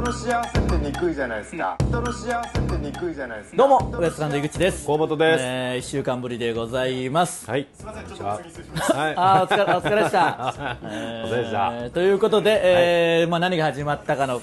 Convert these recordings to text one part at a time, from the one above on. の幸せって憎いじゃないですか人の幸せって憎いじゃないですかどうもウエストランド井口です河本ですえー、1週間ぶりでございます、はい。すいませんちょっとお次失礼しますはい。あーお疲れお疲れでした、えー お疲れでしたということで、えーまあ、何が始まったかの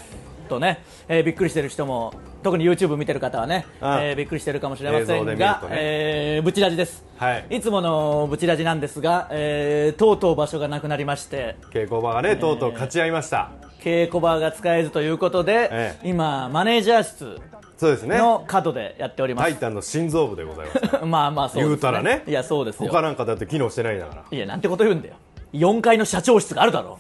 とね、えーびっくりしてる人も特に YouTube 見てる方はね、えあーびっくりしてるかもしれま映せ像でん見るが、とねえーブチラジです、はいいつものブチラジなんですが、えーとうとう場所がなくなりまして稽古場がね、とうとう勝ち合いました。稽古場が使えずということで、え今マネージャー室そうですね。の角でやっておりまタす、イタンの心臓部でございます。 まあまあそうです、ね、言うたらねいやそうですよ他なんかだって機能してないんだから。いや、なんてこと言うんだよ。4階の社長室があるだろ。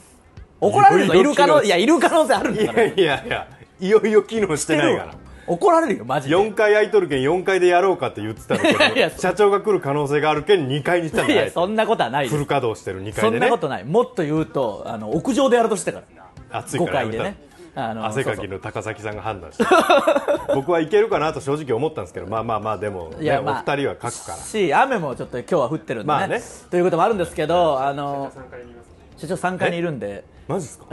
怒られるぞ、いいるろいろ可能、違ういや、いる可能性あるんいだから。やいやいや、いよいよ機能してないから。怒られるよ、マジで。 4回空いとるけん4回でやろうかって言ってたんだけど いやいやそう社長が来る可能性があるけん2回にしたんいだや、よそんなことはないでフすル。稼働してる2そ回んでなねことない。もっと言うと、あの、屋上でやろうとしてたから。暑い5から階やめでたね。あの汗かそうきそうの高崎さんが判断して僕はいけるかなと正直思ったんですけどまあまあまあでも、いね、やおまあ二人は書くからし、雨もちょっと今日は降ってるんでね。まあねということもあるんですけど、あの、社長3階にいるんで、マジですか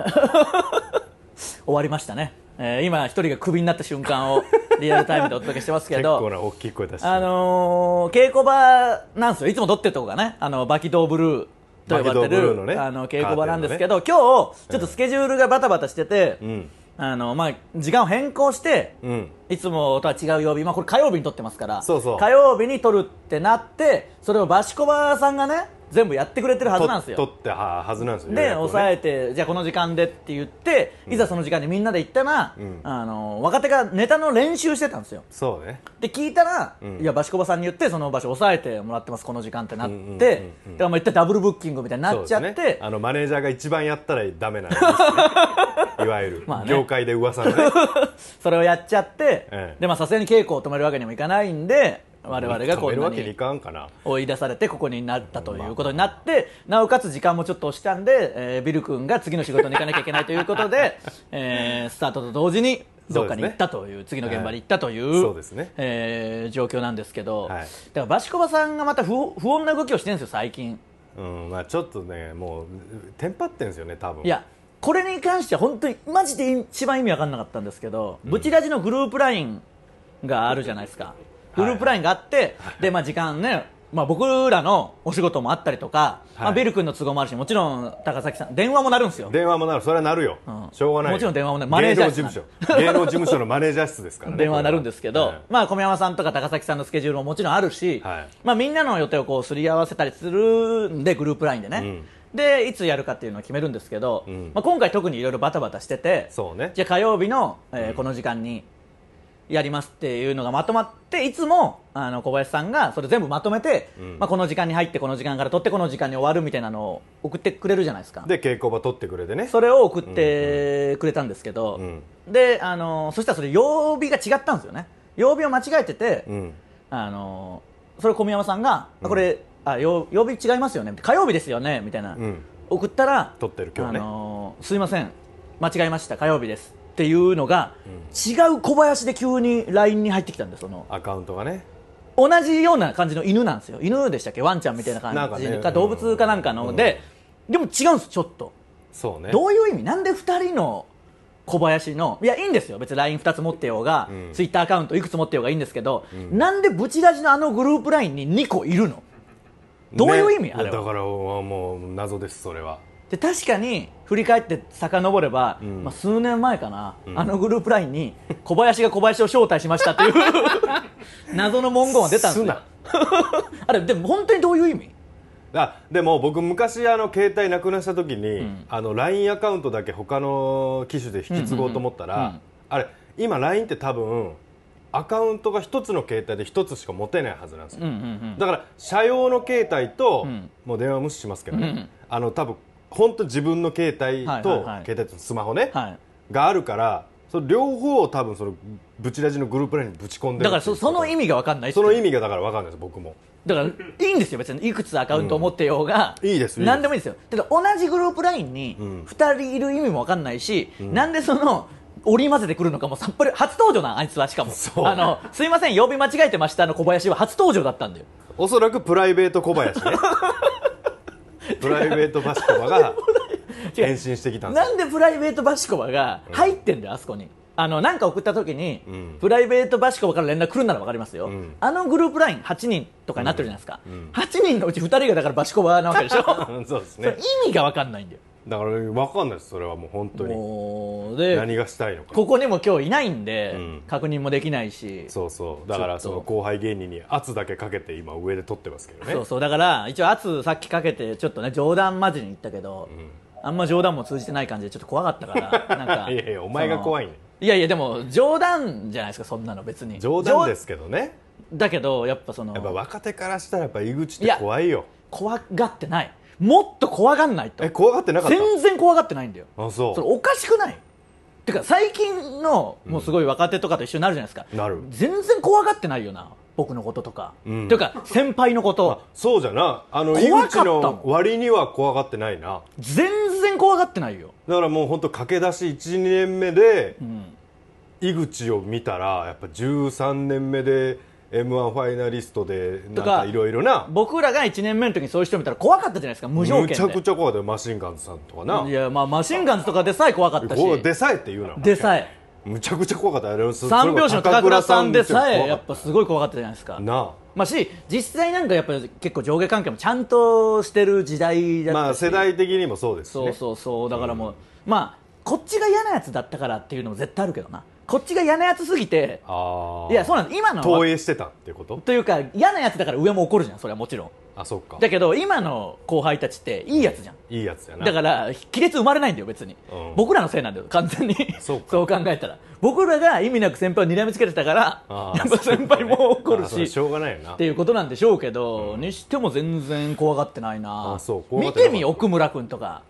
終わりましたね。えー今、一人がクビになった瞬間をリアルタイムでお届けしてますけ 結ど。構な大きい声出してあのー稽古場なんですよいつも撮ってるとこがねあのバキドーブルーと呼ばれバてキドーブルるーのねあの稽古場なんですけど、今日ちょっとスケジュールがバタバタしてて、んあのまあ、時間を変更して、うんいつもとは違う曜日、まあ、これ火曜日に撮ってますからそうそう火曜日に撮るってなってそれをバシコバさんがね全部やってくれてるはずなんですよ。と取ってははずなんですよ。で予約をね抑えてじゃあこの時間でって言っていざその時間にみんなで行ったら、あの若手がネタの練習してたんですよ。そうね。で聞いたら、いやバシコバさんに言ってその場所押さえてもらってますこの時間ってなって、でまあ一体ダブルブッキングみたいになっちゃっそうて、ですねあのマネージャーが一番やったらダメなの いわゆる、まあね業界で噂のね。それをやっちゃって、ええでまあさすがに稽古を止めるわけにもいかないんで 我々がこ止めんるなわけにいにかんかな。追い出されてここになったということになって、なおかつ時間もちょっと押したんで、えービル君が次の仕事に行かなきゃいけないということ で、えースタートと同時にどっかに行ったという次の現場に行ったという,、そうですねえー状況なんですけど、はいだからバシコバさんがまた不不穏な動きをしてるんですよ最近。うん、まあちょっとね、もうテンパってんですよね、多分。いやこれに関しては本当にマジで一番意味わかんなかったんですけど、ブチラジのグループラインがあるじゃないですか、グループラインがあって、でまあ時間ね、まあ、僕らのお仕事もあったりとか、はいまあ、ビル君の都合もあるしもちろん高崎さん電話もなるんですよ電話もなる、それはなるよ。んしょうがないよ。もちろん電話もなるマネージャー芸能事務 所。芸能事務所のマネージャー室ですからね。電話になるんですけど、これはまあ、小宮山さんとか高崎さんのスケジュールももちろんあるし、はいまあ、みんなの予定をこうすり合わせたりするんでグループラインでね、でいつやるかっていうのを決めるんですけど、んまあ、今回特にいろいろバタバタしててそうねじゃあ火曜日の、えーこの時間にやりますっていうのがまとまっていつもあの小林さんがそれ全部まとめて、まあ、この時間に入ってこの時間から取ってこの時間に終わるみたいなのを送ってくれるじゃないですか。うんで、稽古場取ってくれてね。それを送ってくれたんですけど、であのそしたらそれ曜日が違ったんですよね曜日を間違えてて、うん。あのそれを小宮山さんが「あこれあ曜曜日違いますよね」火曜日ですよね」みたいな、ん送ったら撮ってる今日ねあのすいません間違えました火曜日です」っていうのが、違う小林で急に LINE に入ってきたんですそのアカウントがね。同じような感じの犬なんですよ犬でしたっけワンちゃんみたいなな感んかじねか動物かなんかので、でも違うんですちょっと。そうね。どういう意味なんで2人の小林のいやいいんですよ別に LINE2 つ持ってようが、ツイッターアカウントいくつ持ってようがいいんですけど、なんでブチラジのあのグループ LINE に2個いるのどういう意味、ねあれだはから、もう謎です、それは。で確かに振り返って遡れば、まあ、数年前かな、あのグループ LINE に小林が小林を招待しましたって いう謎の文言が出たんですすよなあれでも本当にどういう意味あでも僕昔あの携帯なくなした時に、あの LINE アカウントだけ他の機種で引き継ごうと思ったら、うんうんうんうんあれ今 LINE って多分アカウントが一つの携帯で一つしか持てないはずなんですよ、うんうんうんだから社用の携帯と、んもう電話無視しますけどね、うんうんあの多分本当自分の携帯はいはいとはい携帯とスマホね、はいがあるからその両方を多分そのブチラジのグループ LINE にぶち込んでるだからそその意味味が分かんないっていそうの意味がだから分かんないです僕もだからいいんですよ別にいくつアカウントを持ってようが、うんいいですいいです何でもいいですよただ同じグループラインにん2人いる意味も分かんないし、なんでその織り交ぜてくるのかもさっぱり初登場なのあいつはしかも そうあのすいません曜日間違えてましたの小林は初登場だったんだよおそらくプライベート小林 ねプライベートバスコバが違う変身してきたんですなんでプライベートバシコバが入ってんだよあそこにあのなんか送った時に、うんプライベートバシコバから連絡来るならわかりますよ、んあのグループライン8人とかになってるじゃないですか、8人のうち2人がだからバシコバなわけでしょそうですそれ ね 意味がわかんないんだよだから分かんないですそれはもう本当にもうで何がしたいのかここにも今日いないんで、うん確認もできないしそうそうだからそちょのっと後輩芸人に圧だけかけて今上で撮ってますけどねそうそうだから一応圧さっきかけてちょっとね冗談交じりに言ったけど、あんま冗談も通じてない感じでちょっと怖かったから なんかいやいやお前が怖いねそのいやいやでも冗談じゃないですかそんなの別に冗談ですけどね冗だけどやっぱそのやっぱ若手からしたらやっぱ井口っいてや怖いよ怖がってないもっと怖がんないとえ怖がってなかった全然怖がってないんだよあそうそれおかしくないてか最近のもうすごい若手とかと一緒になるじゃないですか、なる全然怖がってないよな僕のこととか、んというか先輩のこあとそうじゃなあの井怖かった口もんの割には怖がってないな全然怖がってないよ、だからもう本当駆け出し12年目でうん井口を見たらやっぱ13年目で m 1ファイナリストでなんとかかいろいろな僕らが1年目の時にそういう人見たら怖かったじゃないですか無条件むでちゃくちゃ怖いでマシンガンズさんとかないやまあマシンガンズとかでさえ怖かったしこうでさえって言うなでさえむちゃくちゃ怖かったあれはそ三拍子の高倉さんでさそえれやはっぱ高倉さんすごい怖かったじゃないですかもなまあし実際なんかやっぱり結構上下関係もちゃんとしてる時代だあったしまあ世代的にもそうですそうねそうそうだからもう、まあこっちが嫌なやつだったからっていうのも絶対あるけどなこっちが嫌なやつすぎてああいやそうなんです今の投影してたってことというか嫌なやつだから上も怒るじゃんそれはもちろんあそっかだけど今の後輩たちっていいやつじゃんいいやつやなだから亀裂生まれないんだよ別に、うん僕らのせいなんだよ完全にそうか考えたら僕らが意味なく先輩を睨みつけてたからあーやっぱ先輩も怒るあそれししょうがないよなっていうことなんでしょうけど、にしても全然怖がってないなあそう怖が見ってなてかったみ奥村君とか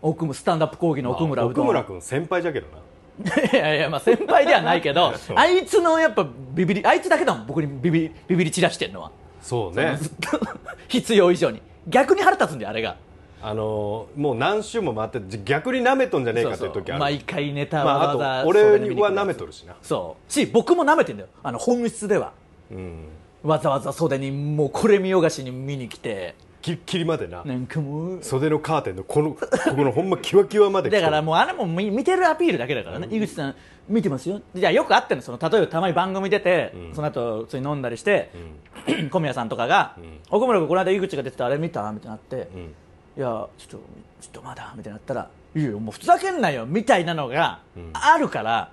奥村スタンダップ講義の奥村まあうど奥ん、村君先輩じゃけどない やいやまあ先輩ではないけど そうあいつのやっぱビビりあいつだけだもん僕にビビりビビり散らしてるのは そうねずっと必要以上に逆に腹立つんだよあれがあのーもう何週も回ってじ逆に舐めとんじゃねえかっていう時ある毎回ネタまはあわざわざ、あと俺は舐めとるしなそうし僕も舐めてんだよあの本質ではうんわざわざ袖にもうこれ見よがしに見に来てギリギリまでななんかもう袖のカーテンのこのここのほんまキワキワまで来てだるからもうあれも見見てるアピールだけだからね、井口さん見てますよじゃあよくあってのその例えばたまに番組出て、その後普通に飲んだりして、 小宮さんとかが、奥村君この間井口が出てたあれ見たみたいになって、いやちょっとちょっとまだみたいになったらいいよもうふざけんなよみたいなのがあるから、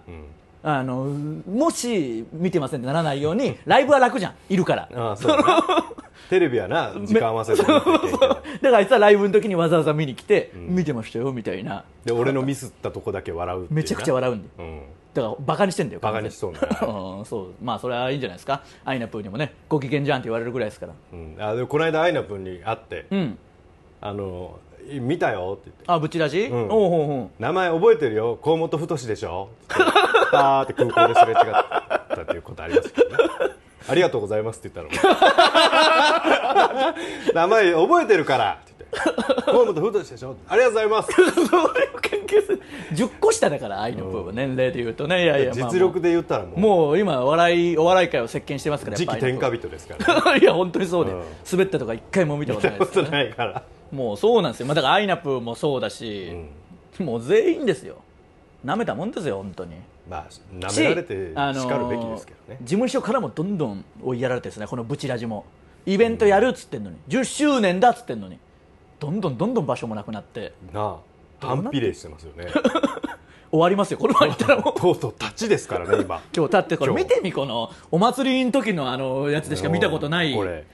あのもし見てませんってならないようにライブは楽じゃんいるから。ああそうだな テレビはな時間合わせて見なきゃいけんけどだからあいつはライブの時にわざわざ見に来て、見てましたよみたいなで俺のミスったとこだけ笑うっていうなめちゃくちゃ笑うんでうんだからバカにしてんだよバカにしそうな うんそうまあそれはいいんじゃないですかアイナプーにもねご機嫌じゃんって言われるぐらいですからうん、あでもこの間アイナ君に会って「うんあのい見たよ」って言ってあブチラジ、うんおうほう ほ「名前覚えてるよ河本太でしょ」って言ってバーって空港ですれ違ったっていうことありますけどねありがとうございますって言ったの名前覚えてるからって言って河本太でしょありがとうございますうそういう関係する10個下だからアイナプーは年齢で言うとねいやいや、まあ実力で言ったらもうもう今笑いお笑い界を席巻してますから次期天下日人ですから、ね、いや本当にそうで、うん滑ったとか一回も見たことそんないでなこすかとらねないからもうそうなんですよ、まあ、だからアイナプーもそうだし、もう全員ですよなめたもんですよ本当にまあ舐められてしかるべきですけどあのねー事、務所からもどんどん追いやられてですねこのブチラジもイベントやるっつってんのに、10周年だっつってんのにどんどんどんどん場所もなくなってなあ反比例してますよね終わりますよこのままいったら もうとうとう立ちですからね今今日立ってこれ今日見てみこのお祭りの時のあのやつでしか見たことないこれ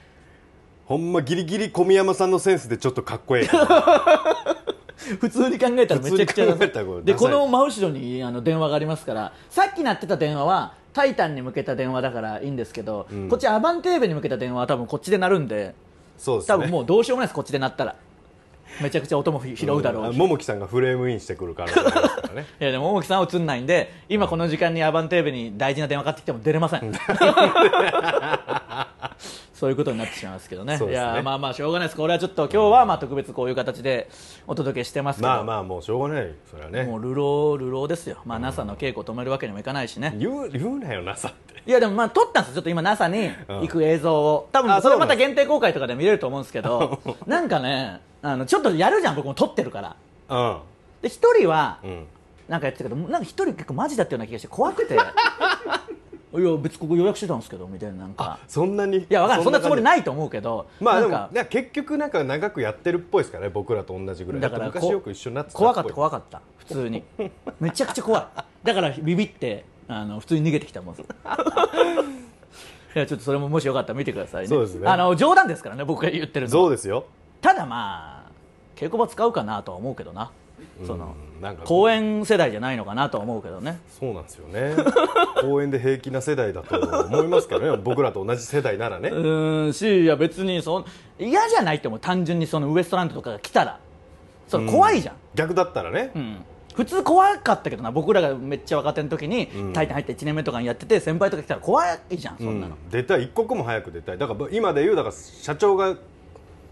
ほんまギリギリ小宮山さんのセンスでちょっとかっこええ 普通に考えたらめちゃくちゃ普通に考えたらこれでダサこいの真後ろにあの電話がありますからさっき鳴ってた電話は「タイタン」に向けた電話だからいいんですけど、こっちアバンテーベに向けた電話は多分こっちで鳴るんでそうですね多分もうどうしようもないですこっちで鳴ったらめちゃくちゃ音もひ拾うだろうし、ん桃木さんがフレームインしてくるからですから ねいやでも大木さんは映んないんで今この時間にアバンテーブに大事な電話かかってきても出れませ んそういうことになってしまいますけどねそういですねやまあまあしょうがないですこれはちょっと今日はまあ特別こういう形でお届けしてますけど、まあまあもうしょうがないそれはねもう流浪流浪ですよ、まあ、NASA の稽古止めるわけにもいかないしね、言う言うなよなさっていやでもまあ撮ったんですよ、ちょっと今、NASA に行く映像を、多分あそれまそたうな限定公開とかで見れると思うんですけ ど、なんかね、あのちょっとやるじゃん、僕も撮ってるから、うんで1人は、うんなんかやってたけどなんか一人結構マジだったような気がして怖 くていや別にここ予約してたんですけどみたいななんかそんなにいいやわかんないそんなつもりいないと思うけどまあでもなんかいや結局なんか長くやってるっぽいですからね僕らと同じぐらいだからあとこ昔よく一緒になってた怖かったっ怖かった普通にめちゃくちゃ怖いだからビビってあの普通に逃げてきたもん いやちょっとそれももしよかったら見てくださいねそうですねあの冗談ですからね僕が言ってるぽいのそうはですよただまあ稽古場使うかなとは思うけどなそのうんなんか公演世代じゃないのかなとは思うけどねそうなんですよね公園で平気な世代だと思いますけどね僕らと同じ世代ならねうーんしいや別にそん嫌じゃないと思う単純にそのウエストランドとかが来たらその怖いじゃん、逆だったらね、うん普通怖かったけどな僕らがめっちゃ若手の時に「タイタン」入って1年目とかにやってて先輩とか来たら怖いじゃんそんなの、うん出たい一刻も早く出たいだから今で言うだから社長が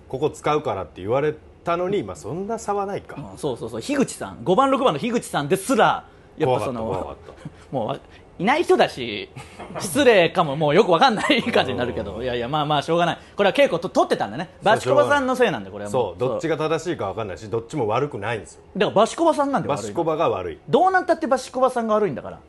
ここ使うからって言われたのに、まあそんな差はないか、うんそうそうそう樋口さん5番6番の樋口さんですらやっぱそ怖かのった怖かっもうわいない人だし失礼かももうよくわかんない感じになるけどいやいやまあまあしょうがないこれは稽古と取ってたんだねバチコバさんのせいなんでこれはもそうどっちがが正しいか分かんないしどっちも悪くないんですよだからバチコバさんなんでバ悪いシのコバが悪いどうなったってバシコバさんが悪いんだから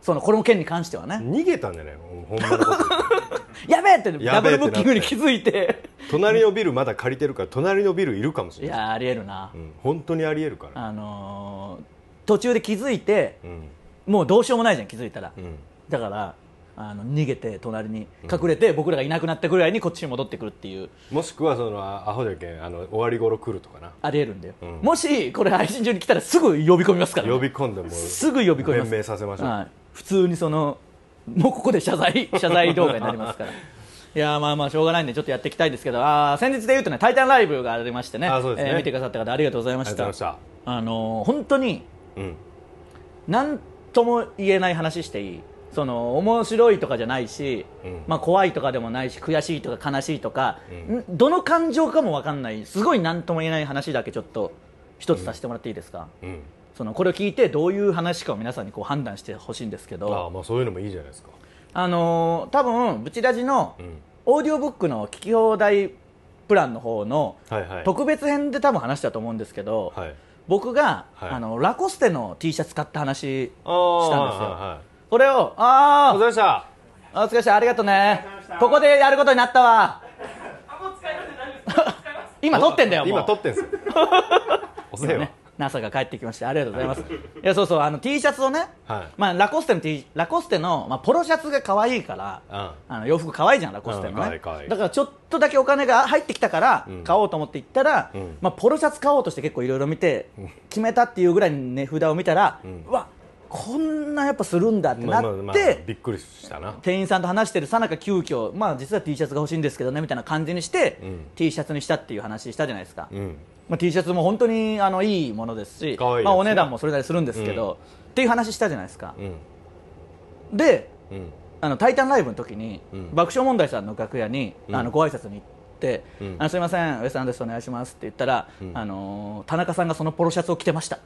そのこの件に関してはね逃げたんじゃないもうほんまのこ と言ってやべえってダやブべえルっブてなってッキングに気づいて隣のビルまだ借りてるから隣のビルいるかもしいれない、やありえるな、うん、本当にありえるから、あのー途中で気づいてうんもうどうしようもないじゃん気づいたら、うん、だからあの逃げて隣に隠れて、僕らがいなくなったぐらいにこっちに戻ってくるっていうもしくはそのあアホじゃけんあの終わり頃来るとかなありえるんだよ、んもしこれ配信中に来たらすぐ呼び込みますからね、呼び込んでもすぐ呼び込みます弁明させましょうはい、普通にそのもうここで謝 罪謝罪動画になりますからいやーまあまあしょうがないんでちょっとやっていきたいんですけどあー先日で言うとね「タイタンライブ」がありましてねあそうですねえー見てくださった方ありがとうございまありしがとたうございまあのー本当にした、うん、何とも言えない話していいその面白いとかじゃないし、うんまあ、怖いとかでもないし悔しいとか悲しいとか、んどの感情かも分かんないすごい何とも言えない話だけちょっと一つさせてもらっていいですか、うん、そのこれを聞いてどういう話かを皆さんにこう判断してほしいんですけどああまあそういうのもいいじゃないですかあのー多分ブチラジのんオーディオブックの聞き放題プランの方のはいはい特別編で多分話したと思うんですけど、はい僕が、はいあのラコステの T シャツ買った話あーしたんですよはいはいはいこれをありがとうごあざいましたあお疲れ様でしたありがとうねここでやることになったわ 今撮ってんだよもう今 撮ってんすよお世話、ね NASA が帰ってきましてありがとうございます、い、やそうそうあの T シャツをね、はいまあ、ラコステの T ラコステの、まあ、ポロシャツが可愛いから、うあの洋服可愛いじゃんラコステのうん可愛ねい可愛いだからちょっとだけお金が入ってきたからん買おうと思って行ったら、んまあ、ポロシャツ買おうとして結構いろいろ見て決めたっていうぐらいに値札を見たら、うわこんなやっぱするんだってなまっあて、まあまあびっくりしたな店員さんと話してるさなか急遽まあ実は T シャツが欲しいんですけどねみたいな感じにして、うん T シャツにしたっていう話したじゃないですか、うんまあ、T シャツも本当にあのいいものですし可愛いやつねまあ、お値段もそれなりするんですけど、っていう話したじゃないですかう、んでうんあの「タイタンライブ」の時に、ん爆笑問題さんの楽屋に、あのご挨拶に行って、んあのすみませんウエストランドですお願いしますって言ったら、あのー田中さんがそのポロシャツを着てました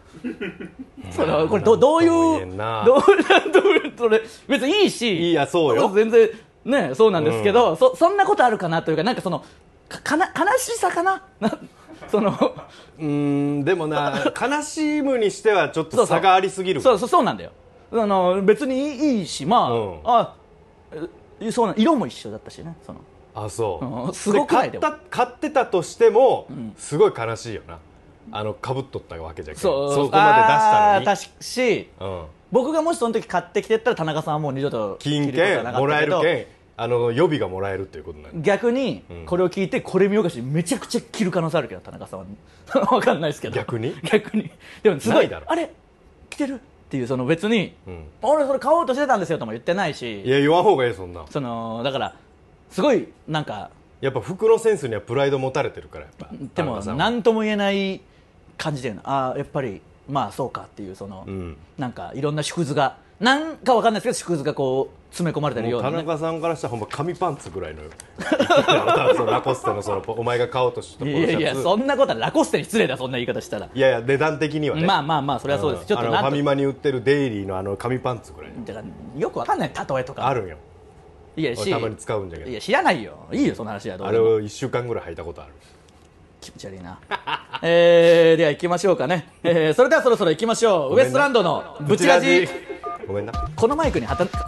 そのこれどどういなんとも言えうんなどう どういうそれ別にいいしいやそうよ全然ねそうなんですけど、そそんなことあるかなというかなんかそのかかな悲しさかな なそのうーんでもな悲しむにしてはちょっそとうそう差がありすぎるそうそうそうなんだよあの別にいいいいしまあ、うんあえそうなん色も一緒だったしねそのあそう、うんすごくないででも買った買ってたとしても、すごい悲しいよなあのかぶっとったわけじゃけんそこまで出あーし確かし、たのに、うん、僕がもしその時買ってきてったら田中さんはもう二度と金着ることは券なかもったらけえるど券あの予備がもらえるっていうことなんで逆にんこれを聞いてこれ見よがしにめちゃくちゃ着る可能性あるけど田中さんは わかんないですけど逆に逆にでもすごないいだろあれ着てるっていうその別に、ん俺それ買おうとしてたんですよとも言ってないしいや言わん方がいいそんなそのだからすごいなんかやっぱ服のセンスにはプライド持たれてるからやっぱで田も中さんは何とも言えない感じだよなああやっぱりまあそうかっていうその、んなんかいろんな縮図がなんかわかんないですけど縮図がこう詰め込まれてるもよううな、田ね、中さんからしたらほんま紙パンツぐらいの そのラコステのそのお前が買おうとしたポいロシャやツいやそんなことはラコステに失礼だそんな言い方したら、いやいや値段的にはねまあまあまあそれはそうです、んちょっとあのなファんミとマに売ってるデイリーのあの紙パンツぐらいのだからよくわかんない例えとかあるんよいやし俺たまに使うんじゃけいやど知らないよいいよその話はどあうれでもを1週間ぐらい履いたことある気持ち悪いな、 えー、では行きましょうかね、えーそれではそろそろ行きましょうウめんなエストランドのブチラジごめんなこのマイクにはたか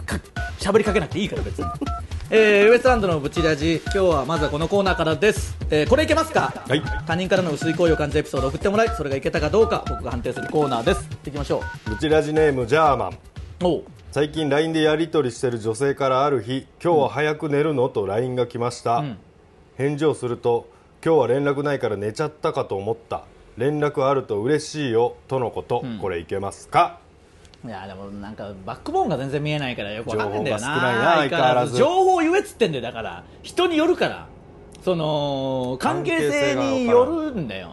しゃべりかけなくていいから別に、えーウエストランドのブチラジ今日はまずはこのコーナーからです、えーこれいけますか、はい他人からの薄い行為を感じたエピソードを送ってもらいそれがいけたかどうか僕が判定するコーナーです行きましょブチラジネームジャーマンうおう最近 LINE でやり取りしてる女性からある日「今日は早く寝るの?」と LINE が来ました、返事をすると「今日は連絡ないから寝ちゃったかと思った連絡あると嬉しいよ」とのこと、これいけますかいやでもなんかバックボーンが全然見えないからよくわかんないんだよな情報が少ないな相変わらず情報を言えっつってんだよだから人によるからその関係性によるんだよ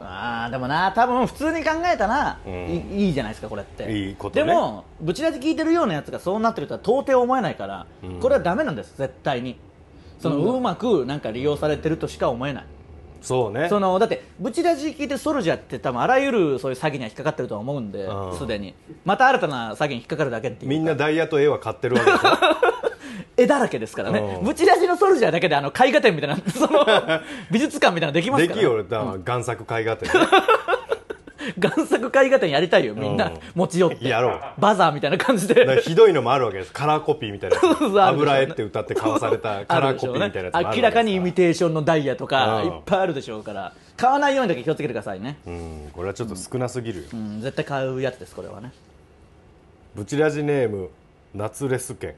あーでもな多分普通に考えたら、んいいいじゃないですかこれっていいことねでもぶちラジ聞いてるようなやつがそうなってるとは到底思えないから、これはダメなんです絶対にその、うまくなんか利用されてるとしか思えないそうねそのだってブチラジ聞いてるソルジャーって多分あらゆるそういう詐欺には引っかかってるとは思うんでうんすでにまた新たな詐欺に引っかかるだけっていみうんなダイヤと絵は買ってるわ けでしょ絵だらけですからねうんブチラジのソルジャーだけであの絵画展みたいなそ の美術館みたいなのできますでからきね、よだから贋作絵画展贋作絵画展やりたいよみんうなん持ち寄ってやろうバザーみたいな感じだからでひどいのもあるわけですカラーコピーみたいなやつ あるでしょうね油絵って歌って買わさ れたカラーコピーみたいなやつもあるわけですかあらるでしょうね明らかにイミテーションのダイヤとかうんいっぱいあるでしょうから買わないようにだけ気をつけてくださいね、うんこれはちょっと少なすぎるよ、うん、絶対買うやつですこれはねブチラジネーム夏レスケ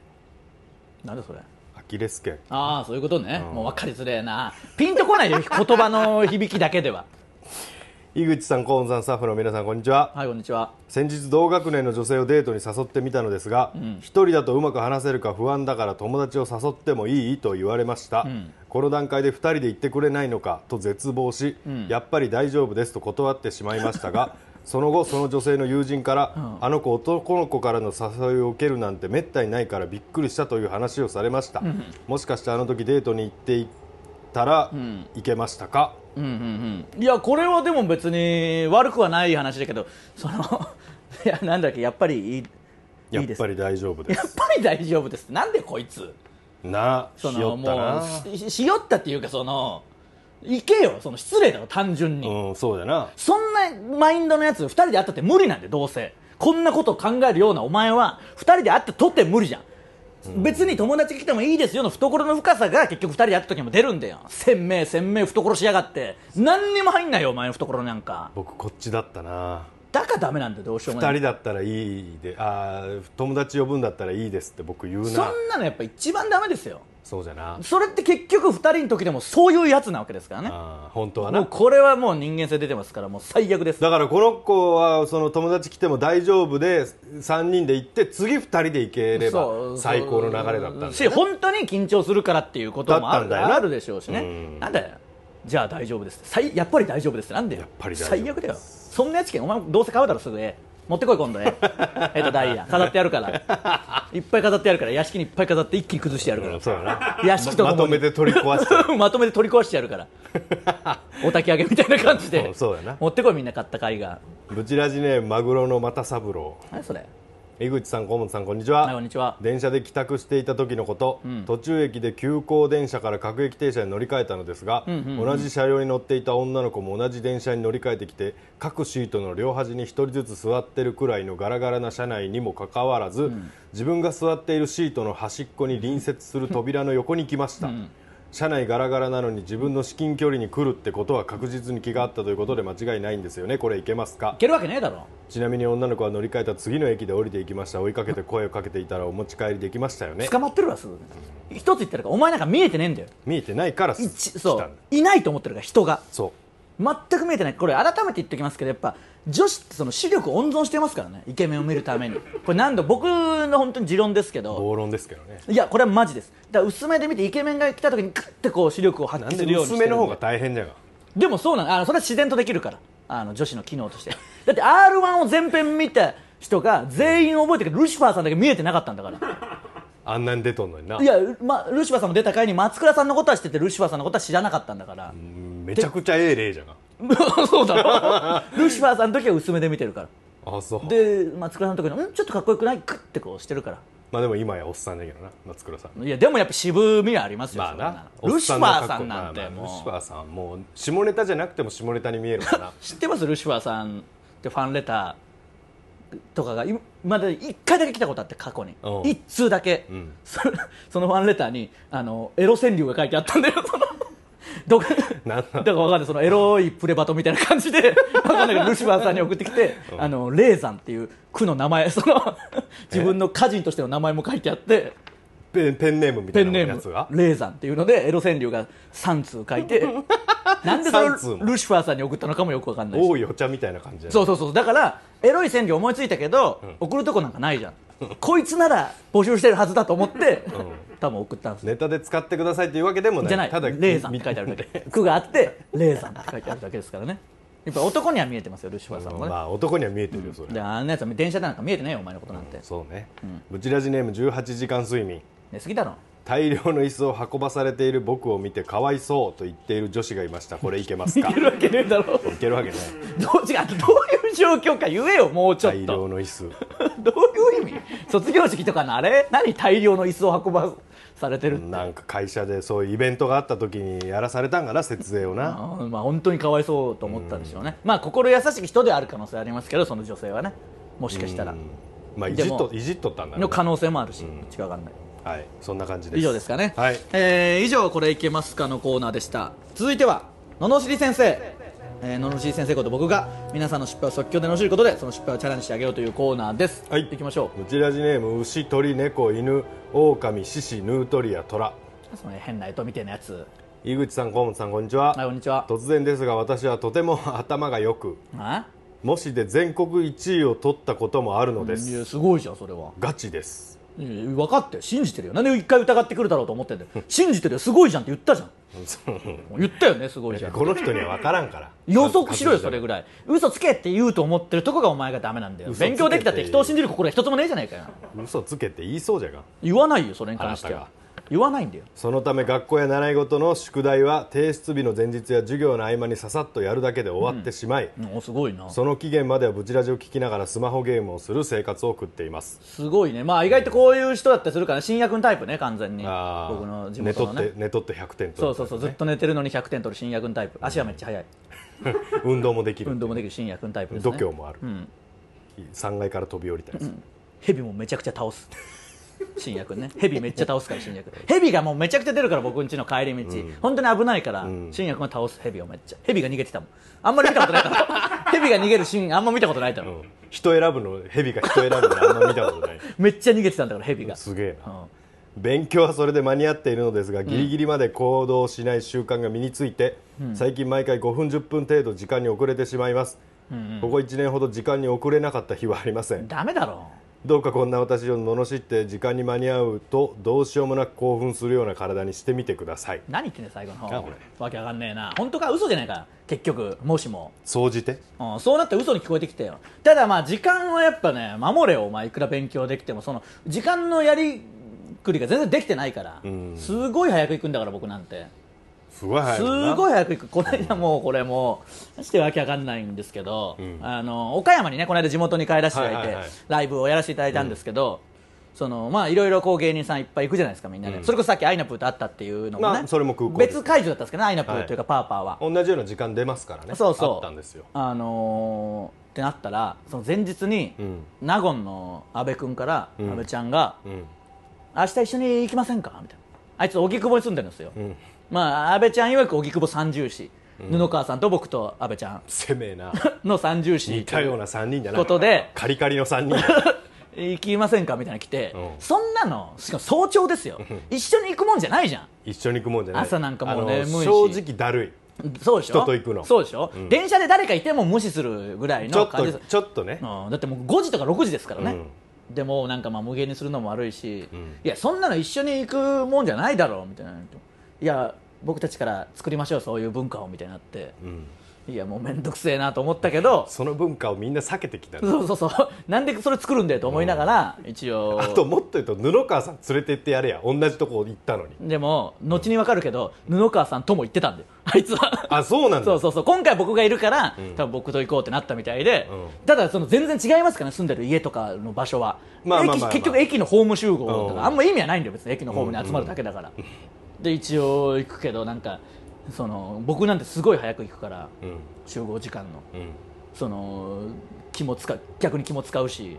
なんだそれアキレスケああそういうことね、もう分かりづれえなピンとこないよ言葉の響きだけでは井口さん河野さんスタッフの皆さんこんにちは はいこんにちは先日同学年の女性をデートに誘ってみたのですが一、人だとうまく話せるか不安だから友達を誘ってもいいと言われました、この段階で二人で行ってくれないのかと絶望し、やっぱり大丈夫ですと断ってしまいましたが その後その女性の友人から、あの子男の子からの誘いを受けるなんてめったにないからびっくりしたという話をされました、もしかしてあの時デートに行っていたら、行けましたかうんうんうんいやこれはでも別に悪くはない話だけどその いやなんだっけやっぱりいいやいっいですぱり大丈夫でやっすぱり大丈夫ですってなんでこいつなそしのよったなもうししよったっていうかその行けよその失礼だろ単純に、うんそうだなそんなマインドのやつ2人で会ったって無理なんでどうせこんなことを考えるようなお前は2人で会ってとって無理じゃん、別に友達来てもいいですよの懐の深さが結局2人で会った時にも出るんだよ鮮明鮮明懐しやがって何にも入んないよお前の懐なんか僕こっちだったなだからダメなんだよどうしようもな2い人だったらいいであー友達呼ぶんだったらいいですって僕言うそなんなのやっぱ一番ダメですよそうじゃなそれって結局2人の時でもそういうやつなわけですからねあー本当はもうなこれはもう人間性出てますからもう最悪ですだからこの子はその友達来ても大丈夫で3人で行って次2人で行けれそばう最高の流れだったんだよし本当に緊張するからっていうこともあだったるんだよなあるでしょうしね、うんなんだよじゃあ大丈夫です最やっぱり大丈夫ですなんでよやっぱり大丈夫です最悪だよそんなやつけんお前どうせ買うだろすぐ絵持ってこい今度絵 えっとダイヤ飾ってやるからいっぱい飾ってやるから屋敷にいっぱい飾って一気に崩してやるから、そうだな屋敷とまかまとめて取り壊してて まとめて取り壊してやる からお焚き上げみたいな感じでうんそうだな持ってこいみんな買った絵画ブチラジネームマグロの又三郎何それ江口さん、河本さん、こんにちは。はいこんにちは電車で帰宅していた時のこと、途中駅で急行電車から各駅停車に乗り換えたのですが、同じ車両に乗っていた女の子も同じ電車に乗り換えてきて、各シートの両端に一人ずつ座ってるくらいのガラガラな車内にもかかわらず、自分が座っているシートの端っこに隣接する扉の横に来ました。車内ガラガラなのに自分の至近距離に来るってことは確実に気があったということで間違いないんですよねこれいけますかいけるわけねえだろちなみに女の子は乗り換えた次の駅で降りていきました追いかけて声をかけていたらお持ち帰りできましたよね捕まってるわすぐ一つ言ってるからお前なんか見えてねえんだよ見えてないからす一来そたうんだいないと思ってるから人がそう全く見えてないこれ改めて言っておきますけどやっぱ女子ってその視力を温存してますからねイケメンを見るためにこれ何度僕の本当に持論ですけど暴論ですけどねいやこれはマジですだから薄めで見てイケメンが来た時にクッてこう視力を発な揮んすでるようにして娘るの方が大変じゃがでもそうなのあのそれは自然とできるからあの女子の機能としてだって r 1を全編見た人が全員覚えてるけどルシファーさんだけ見えてなかったんだからあんなに出とんのにないや、ま、ルシファーさんも出た回に松倉さんのことは知っててルシファーさんのことは知らなかったんだから、めちゃくちゃええ例じゃがそうだろ ルシファーさんの時は薄めで見てるからあそうで松倉さんの時に「うんちょっとかっこよくない?」クッてこうしてるからまあでも今やおっさんだけどな松倉さんいやでもやっぱ渋みはありますよ、まあそんななのおっルシさフのァー格好さんなんてまあまあルもシうファーさんもう下ネタじゃなくても下ネタに見えるか らな知ってますルシファーさんってファンレターとかがいまだ1回だけ来たことあって過去にうん1通だけ、んそそのファンレターにあのエロ川柳が書いてあったんだよその どこなんだからわかんないそのエロいプレバトみたいな感じで わかんないけどルシファーさんに送ってきて、あの霊山っていう区の名前そ の自分の家人としての名前も書いてあってペンペンネームみたペいンなネやつーがム霊山っていうのでエロ川柳が3通書い てなんでそ三通れをもルシファーさんに送ったのかもよくわかんないし多いお茶みたいな感じだねそうそうそうだからエロい川柳思いついたけど、送るとこなんかないじゃんこいつなら募集してるはずだと思って、多分送ったんですねネタで使ってくださいというわけでもないじゃないただレーザンって書いてあるだけ句があってレーザンって書いてあるだけですからねやっぱ男には見えてますよルシファーさんもね、まあ男には見えてるよそれ、であんなやつは電車でなんか見えてないよお前のことなんて、そうね、ブチラジネーム18時間睡眠寝すぎだろ大量の椅子を運ばされている僕を見てかわいそうと言っている女子がいましたこれいけま すかいいるわけねえだろけるわけないどう違うあとどういう状況か言えよもうちょっ大と量の椅子どういう意味卒業式とかのあれ何大量の椅子を運ばされてるってなんか会社でそういうイベントがあった時にやらされたんかな節税をなあーまあ本当にかわいそうと思ったんでしょうね、まあ心優しい人である可能性ありますけどその女性はねもしかしたらまあいじっでもといじっとったんだろのうね可能性もあるし、どっちかわかんないはいそんな感じです以上ですかね、はいえー以上「これいけますか?」のコーナーでした続いては「ののしり先生」えー、ののしり先生こと僕が皆さんの失敗を即興でのしることでその失敗をチャレンジしてあげようというコーナーです、はい行きましょムチラジネーム牛鳥猫犬狼獅子ヌートリア虎うその変な干支みたいなやつ井口さん河本さんこんにちは、はいこんにちは突然ですが私はとても頭がよくあ模試で全国1位を取ったこともあるのでいす、やすごいじゃんそれはガチですいや分かってる信じてるよなんで一回疑ってくるだろうと思ってんだ よ信じてるよすごいじゃんって言ったじゃん言ったよねすごいじゃんこの人には分からんから予測しろよそれぐらい嘘つけって言うと思ってるとこがお前がダメなんだよ嘘つけって勉強できたって人を信じる心は一つもねえじゃないかよ嘘つけて言いそうじゃが言わないよそれに関してあなはたが言わないんだよそのため学校や習い事の宿題は提出日の前日や授業の合間にささっとやるだけで終わってしまい、おすごいなその期限まではブチラジを聞きながらスマホゲームをする生活を送っていますすごいねまあ意外とこういう人だったりするから新薬のタイプね完全に僕あーの地元の寝ねとって寝とって100点取るそうそうそうずっと寝てるのに100点取る新薬のタイプ足はめっちゃ速い運動もできる運動もできる新薬のタイプです度ね胸もある、3階から飛び降りたやつ、蛇もめちゃくちゃ倒す 新薬ね蛇めっちゃ倒すから新薬蛇がもうめちゃくちゃ出るから僕ん家の帰り道、本当に危ないから、新薬が倒す蛇をめっちゃ蛇が逃げてたもんあんまり見たことないから 蛇が逃げるシーンあんま見たことないだろ、うん人選ぶの蛇が人選ぶのあんま見たことないめっちゃ逃げてたんだから蛇が、すげえな、うん勉強はそれで間に合っているのですがギリギリまで行動しない習慣が身について、最近毎回5分10分程度時間に遅れてしまいます、ここ1年ほど時間に遅れなかった日はありませんダメだろどうかこんな私を罵って時間に間に合うとどうしようもなく興奮するような体にしてみてください何言ってんね最後のあ方これわけわかんねえな本当か嘘じゃないか結局もしも、総じてうん、そうなったら嘘に聞こえてきたよただまあ時間はやっぱね守れよお前いくら勉強できてもその時間のやりくりが全然できてないから、すごい早く行くんだから僕なんてすごい早いすもんなごい早く行くこの間もうこれもうしてわけわかんないんですけど、あの岡山にねこの間地元に帰らせていただいて、はいはいはいライブをやらせていただいたんですけど、そのまあいろいろこう芸人さんいっぱい行くじゃないですかみんなで、それこそさっきアイナプーと会ったっていうのもね、まあそれも空港です別会場だったんですけどねアイナプーというかパーパーは、同じような時間出ますからねそうそうあったんですよあのーってなったらその前日に、ん納言の阿部君から、阿部ちゃんが、うん明日一緒に行きませんかみたいなあいつ荻窪に住んでるんですよ、んまあ安倍ちゃん曰く荻窪三重士、布川さんと僕と安倍ちゃんせめえなの三重士似たような3人じゃなことでカリカリの3人行きませんかみたいなの来て、うんそんなのしかも早朝ですよ一緒に行くもんじゃないじゃん一緒に行くもんじゃない朝なんかもうあの眠いし正直だるそうでしょ人と行くのそうでしょ、電車で誰かいても無視するぐらいいちょのっ感じとですちょっとねうんだってもう5時とか6時ですからね、でもなんかまあ無限にするのも悪いし、いやそんなの一緒に行くもんじゃないだろうみたいなのといや僕たちから作りましょうそういう文化をみたいになって、いやもう面倒くせえなと思ったけどその文化をみんな避けてきたのそうそうそうなんでそれ作るんだよと思いながら、一応あともっと言うと布川さん連れてってやれや同じとこ行ったのにでも後にわかるけど布川さんとも言ってたんだよあいつはあそうなんだそうそうそう今回僕がいるから、ん多分僕と行こうってなったみたいで、うただその全然違いますからね住んでる家とかの場所は、まあまあまあまあ駅結局駅のホーム集合とうんかあんま意味はないんだよ別に駅のホームに集まるだけだから、で一応行くけどなんかその僕なんてすごい早く行くからうん集合時間のうんその気も使う逆に気も使うし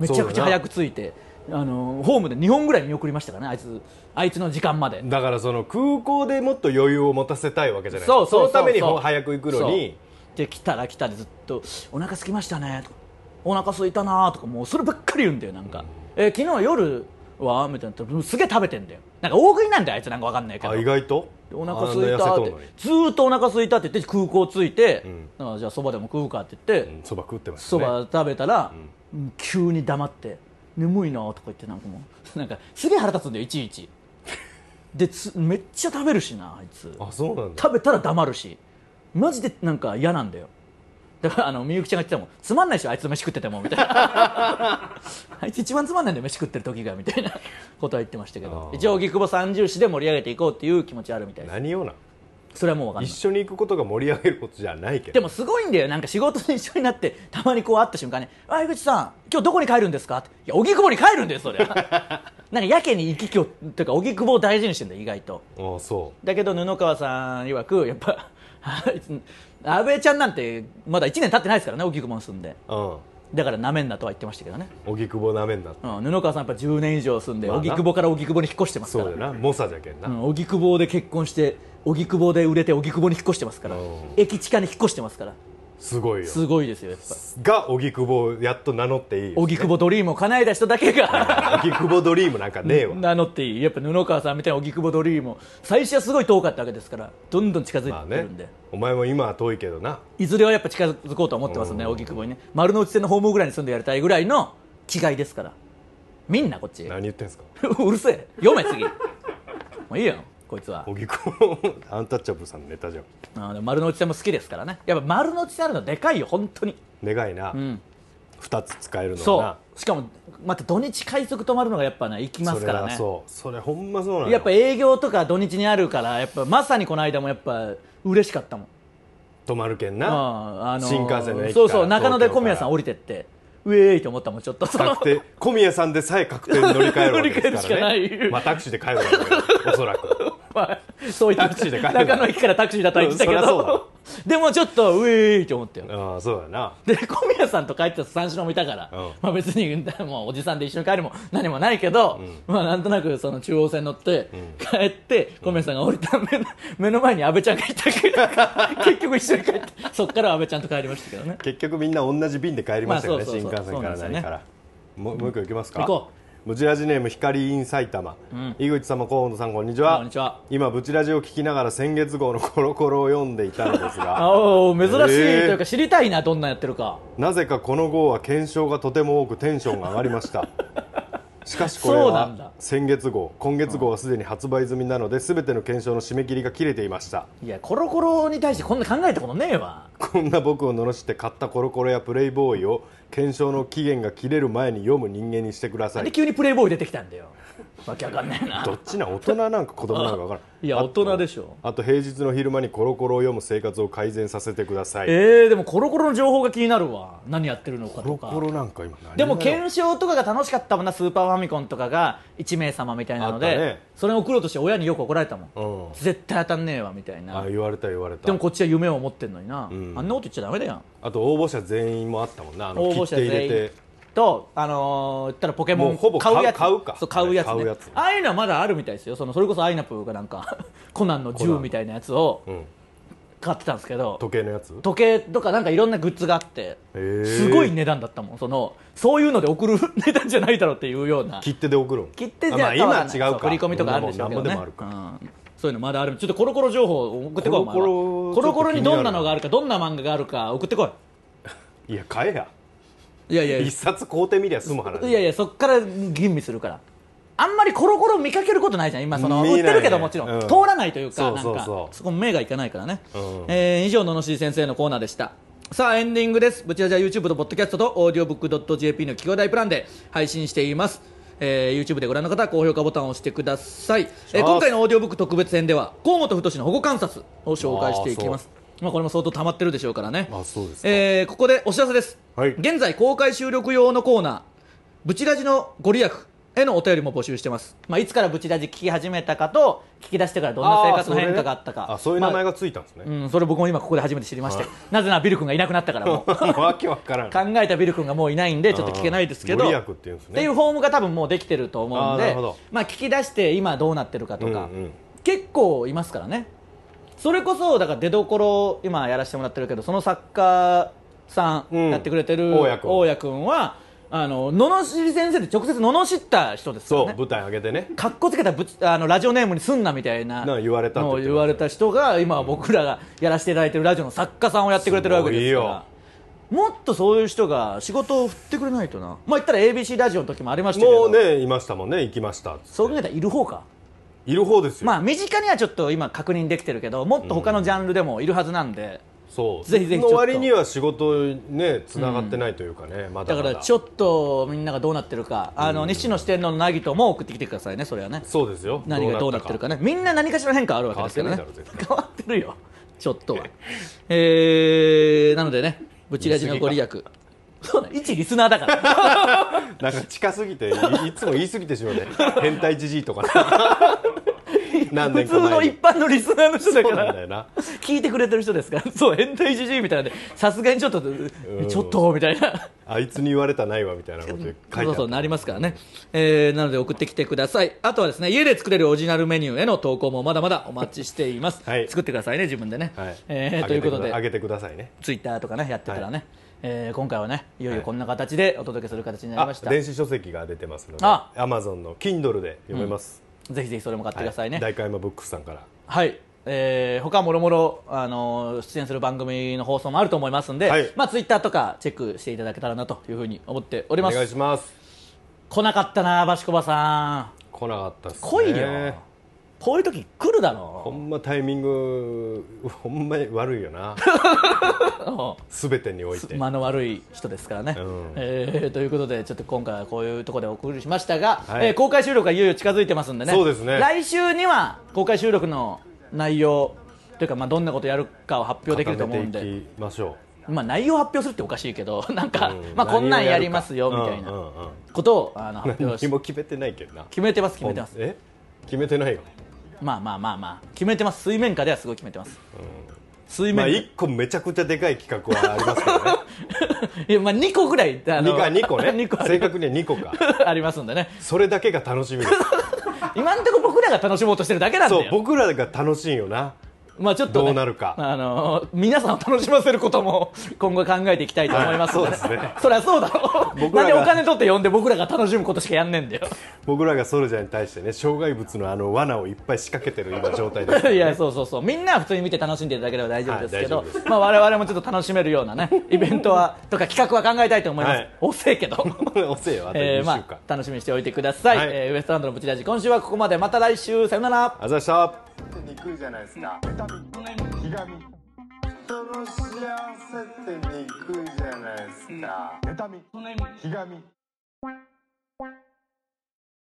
めそちゃうだなくちゃ早く着いてあのホームで2本ぐらい見送りましたからねあいつあいつの時間までだからその空港でもっと余裕を持たせたいわけじゃないそうそうそうそうのためにほ早く行くのにそうで来たら来たでずっと「お腹空きましたね」とか「お腹空いたな」とかもうそればっかり言うんだよなんか「えー昨日夜は?」みたいなうんすげえ食べてんだよなんか大食いなんだよあいつなんかわかんないけどあ意外とお腹空いたあんっなて痩せとんのにずーっとお腹空いたって言って空港着いて、あじゃあそばでも食うかって言って、うんそば食ってましたそねば、食べたら、うん急に黙って眠いなとか言ってなんか もうなんかすげえ腹立つんだよいちいちでつめっちゃ食べるしなあいつあそうなんだ食べたら黙るしマジでなんか嫌なんだよだからあのみゆきちゃんが言ってたもんつまんないでしょあいつと飯食っててもみたい なあいつ一番つまんないんだよ飯食ってる時がみたいなことは言ってましたけどあー一応荻窪三重市で盛り上げていこうっていう気持ちはあるみたいです何をなそれはもう分かんな一い緒に行くことが盛り上げることじゃないけでどもすごいんだよなんか仕事で一緒になってたまにこう会った瞬間に「あ井口さん今日どこに帰るんですか?」って「いや荻窪に帰るんだよそり ゃなんかやけに行き来をというか荻窪を大事にしてんだよ意外とあそだけど布川さん曰くやっぱ あいつ阿部ちゃんなんてまだ1年経ってないですからね荻窪に住んでううんだからなめんなとは言ってましたけどね、荻窪なめんなってうん、布川さんやっぱ10年以上住んでまあな荻窪から荻窪に引っ越してますそからうだな猛者じゃけんな、うん荻窪で結婚して荻窪で売れて荻窪に引っ越してますからうん駅地下に引っ越してますからすごいよすごいですよやっぱが荻窪をやっと名乗っていい荻窪ドリームを叶えた人だけ が荻窪ドリームなんかねえわ名乗っていいやっぱ布川さんみたいな荻窪ドリームを最初はすごい遠かったわけですからどんどん近づまいあてねるんで、お前も今は遠いけどないずれはやっぱ近づこうと思ってますね、荻窪にね、丸の内線のホームぐらいに住んでやりたいぐらいの気概ですから、みんなこっち、何言ってんすか うるせえ、読め、次、もういいよ、こいつは、荻 窪アンタッチャブルさんのネタじゃんあでも丸の内線も好きですからね、やっぱ丸の内線あるのでかいよ、本当に、願いな、二ん2つ使えるのそはうな、しかも、また土日、快速泊まるのがやっぱね、行きますそかれらはね、そうそれほんまそうなのよやっぱ営業とか土日にあるから、やっぱまさにこの間もやっぱ嬉しかったもん。泊まるけんうなんあのー新幹線の駅からそうそう中野で小宮さん降りりてってウェーイと思ったもんちょっとその確定小宮さんでさえ確定に乗り換えるわけで乗すかりら換えるしかなねいまあタクシーで帰るわけだからおそらくまあ、そういったタクシーで帰る中野駅からタクシー叩いてたけうんそりゃそど、でもちょっとウェーイって思ったよ。ああそうだなで小宮さんと帰ってた三四郎もいたから、うんまあ、別にもうおじさんで一緒に帰るも何もないけど、まあ、なんとなくその中央線乗って、帰って小宮さんが降りた目の目の前に阿部ちゃんがいた から結局一緒に帰ってそっからは阿部ちゃんと帰りましたけどね結局みんな同じ便で帰りましたよまね、あそうそうそう新幹線からそうなん何ですかよら、もうもう一個行きますか行こブチラジネーム光イン埼玉、井口様河野さんこんにちはこんにちは今ブチラジを聞きながら先月号のコロコロを読んでいたのですあがお珍しいといえうーか知りたいなどんなんやってるかなぜかこの号は検証がとても多くテンションが上がりましたしかしこれそうなんだは先月号今月号はすでに発売済みなので全ての検証の締め切りが切れていましたいやコロコロに対してこんな考えたことねえわこんな僕を罵って買ったコロコロやプレイボーイを検証の期限が切れる前に読む人間にしてくださなんいで急にプレイボーイ出てきたんだよわけわかんないなどっちなん大人なんか子供なんか分からんいやあ大人でしょあと平日の昼間にコロコロを読む生活を改善させてくださいえー、でもコロコロの情報が気になるわ何やってるのかコロとかコロなんか今何でもだろう検証とかが楽しかったもんなスーパーファミコンとかが1名様みたいなのあっで、たねそれを送ろうとして親によく怒られたもん、うん絶対当たんねえわみたいなあ言われた言われたでもこっちは夢を持ってんのにな、んあんなこと言っちゃダメだよあと応募者全員もあったもんなあの応募者切手入全れ員てとあのー言ったらポケモもうンほぼ買うやつ買うかそう買うやつ,、ね買うやつああいうのはまだあるみたいですよそのそれこそアイナプーがなん かコナンの銃みたいなやつをうん買ってたんですけど時計のやつ時計とかなんかいろんなグッズがあってへーすごい値段だったもんそのそういうので送る 値段じゃないだろうっていうような切手で送るん切手じゃあ買わまなあい今は違うそか振り込みとかあるでしょうけどこんなねもんなんぼでもあるかうんそういうのまだあるちょっとコロコロ情報送ってこいお前はコロココロロコロにどんなのがあるかどんな漫画があるか送ってこいや買えやいいやいや一冊買うてみりゃ済む話いやいやそっから吟味するからあんまりコロコロ見かけることないじゃん今その見売ないってるけどもちろん、うん通らないというかそうそうそうなんかそこ目がいかないからね、うんえー以上ののしい先生のコーナーでしたさあエンディングですぶちラジは YouTube と Podcast と audiobook.jp の企業大プランで配信していますえー YouTube でご覧の方は高評価ボタンを押してください、えー今回のオーディオブック特別編では河本太の保護観察を紹介していきますまあ、これも相当溜まってるでしょうからねあそうですかえーここでお知らせです、はい現在公開収録用のコーナー「ブチラジのご利益」へのお便りも募集してます、まあ、いつからブチラジ聞き始めたかと聞き出してからどんな生活の変化があったかあそういう名前まあがついたんですね、うん、それ僕も今ここで初めて知りまして、なぜならビル君がいなくなったからもう わけわからん考えたビル君がもういないんでちょっと聞けないですけどご利益っていうんですねっていうフォームが多分もうできてると思うんあーなでるほどまあ、聞き出して今どうなってるかとか、うんうん結構いますからねそれこそだから出どころ今やらせてもらってるけどその作家さんうんやってくれてる大家君大家君はあの罵り先生で直接罵った人ですかそう、らね舞台上げてねかっこつけたぶちあのラジオネームにすんなみたいなな言われたっての言をってました言われた人が今僕らがやらせていただいてるラジオの作家さんをやってくれてるわけですからもっとそういう人が仕事を振ってくれないとなまあ言ったら ABC ラジオの時もありましたけどもうねいましたもんね行きましたっつってそう考えたらいる方かいる方ですよ、まあ身近にはちょっと今確認できてるけどもっと他のジャンルでもいるはずなんで、そうぜひぜひちょっのと割には仕事ねつながってないというかね、まだだまかだらちょっとみんながどうなってるか、あの西野四天王の凪とも送ってきてくださいねそれはねそうですよ何がどうなってるかねみんな何かしら変化あるわけですからね変わってないだろ絶変わってるよちょっ とはえー、なのでねブチラジのご利益そうだ一リスナーだからなんか近すぎてい いつも言い過ぎてし まうね変態じじいとかね何普年通か前にの一般のリスナーの人だかそうなんだらよな聞いてくれてる人ですから そう変態じじいみたいなんでさすがにちょっとちょっとみたいなあいつに言われたないわみたいなこと書いてあそうるそうなりますからね、えーなので送ってきてくださいあとはですね家で作れるオリジナルメニューへの投稿もまだまだお待ちしています、はい作ってくださいね自分でね、はいえーあといげうてこくとだあでげてくださいねツイッターとかねやってたらね、はえー今回はねいよいよこんな形でお届けする形になりました、あ電子書籍が出てますのであ Amazon の Kindle で読めます、ぜひぜひそれも買ってくださいねはい、大会山ブックスさんからえー他もろもろ、あのー出演する番組の放送もあると思いますんで、はいまあ、ツイッターとかチェックしていただけたらなというふうに思っておりおます願いします来なかったなバシコバさん来なかったっすね来いよこういう時来るだろほんまタイミングほんまに悪いよ な全てにおいて、間の悪い人ですからね、うんえーということでちょっと今回はこういうところでお送りしましたが、はいえー公開収録がいよいよ近づいてますんでねそうですね来週には公開収録の内容というか、まあ、どんなことやるかを発表できると思うん固でめていきましょまあ、内容発表するっておかしいけど なんか、う、うんまあ、こんなん何をやるかりますよみたいうんなうんうんことをあの発表し何も決めてないけどな決めてます決めてますえ決めてないよまあまあまあまあ決めてます水面下ではすごい決めてます、水ま面あ下、 1個めちゃくちゃでかい企画はありますけどね いやまあ2個ぐらい あ2の個2個 ね二個あ正り確には2個かありますんでねそれだけが楽し みです今んとこ僕らが楽しもうとしてるだけなんだそよう僕らが楽しいよなまあちょっと、ね、どうなるかあのー皆さんを楽しませることも今後考えていきたいと思いますので、はい そうですねそりゃそうだろう 僕ならんがでお金取って呼んで僕らが楽しむことしかやんねえん だよ僕らがソルジャーに対してね障害物のあの罠をいっぱい仕掛けてる今状態ですか らいねやそうそうそうみんなは普通に見て楽しんでいただければ大丈夫ですけど、はい大丈夫まあ我々もちょっと楽しめるような ねイベントはとか企画は考えたいと思います、はい遅いけ ど おせえよあと 2えー週間、まあ楽しみにしておいてください、はいえーウエストランドのブチラジ今週はここまでまた来週さよならあざしたってにくいじゃないですか妬みひがみ人の幸せってにくいじゃないですか妬みひがみ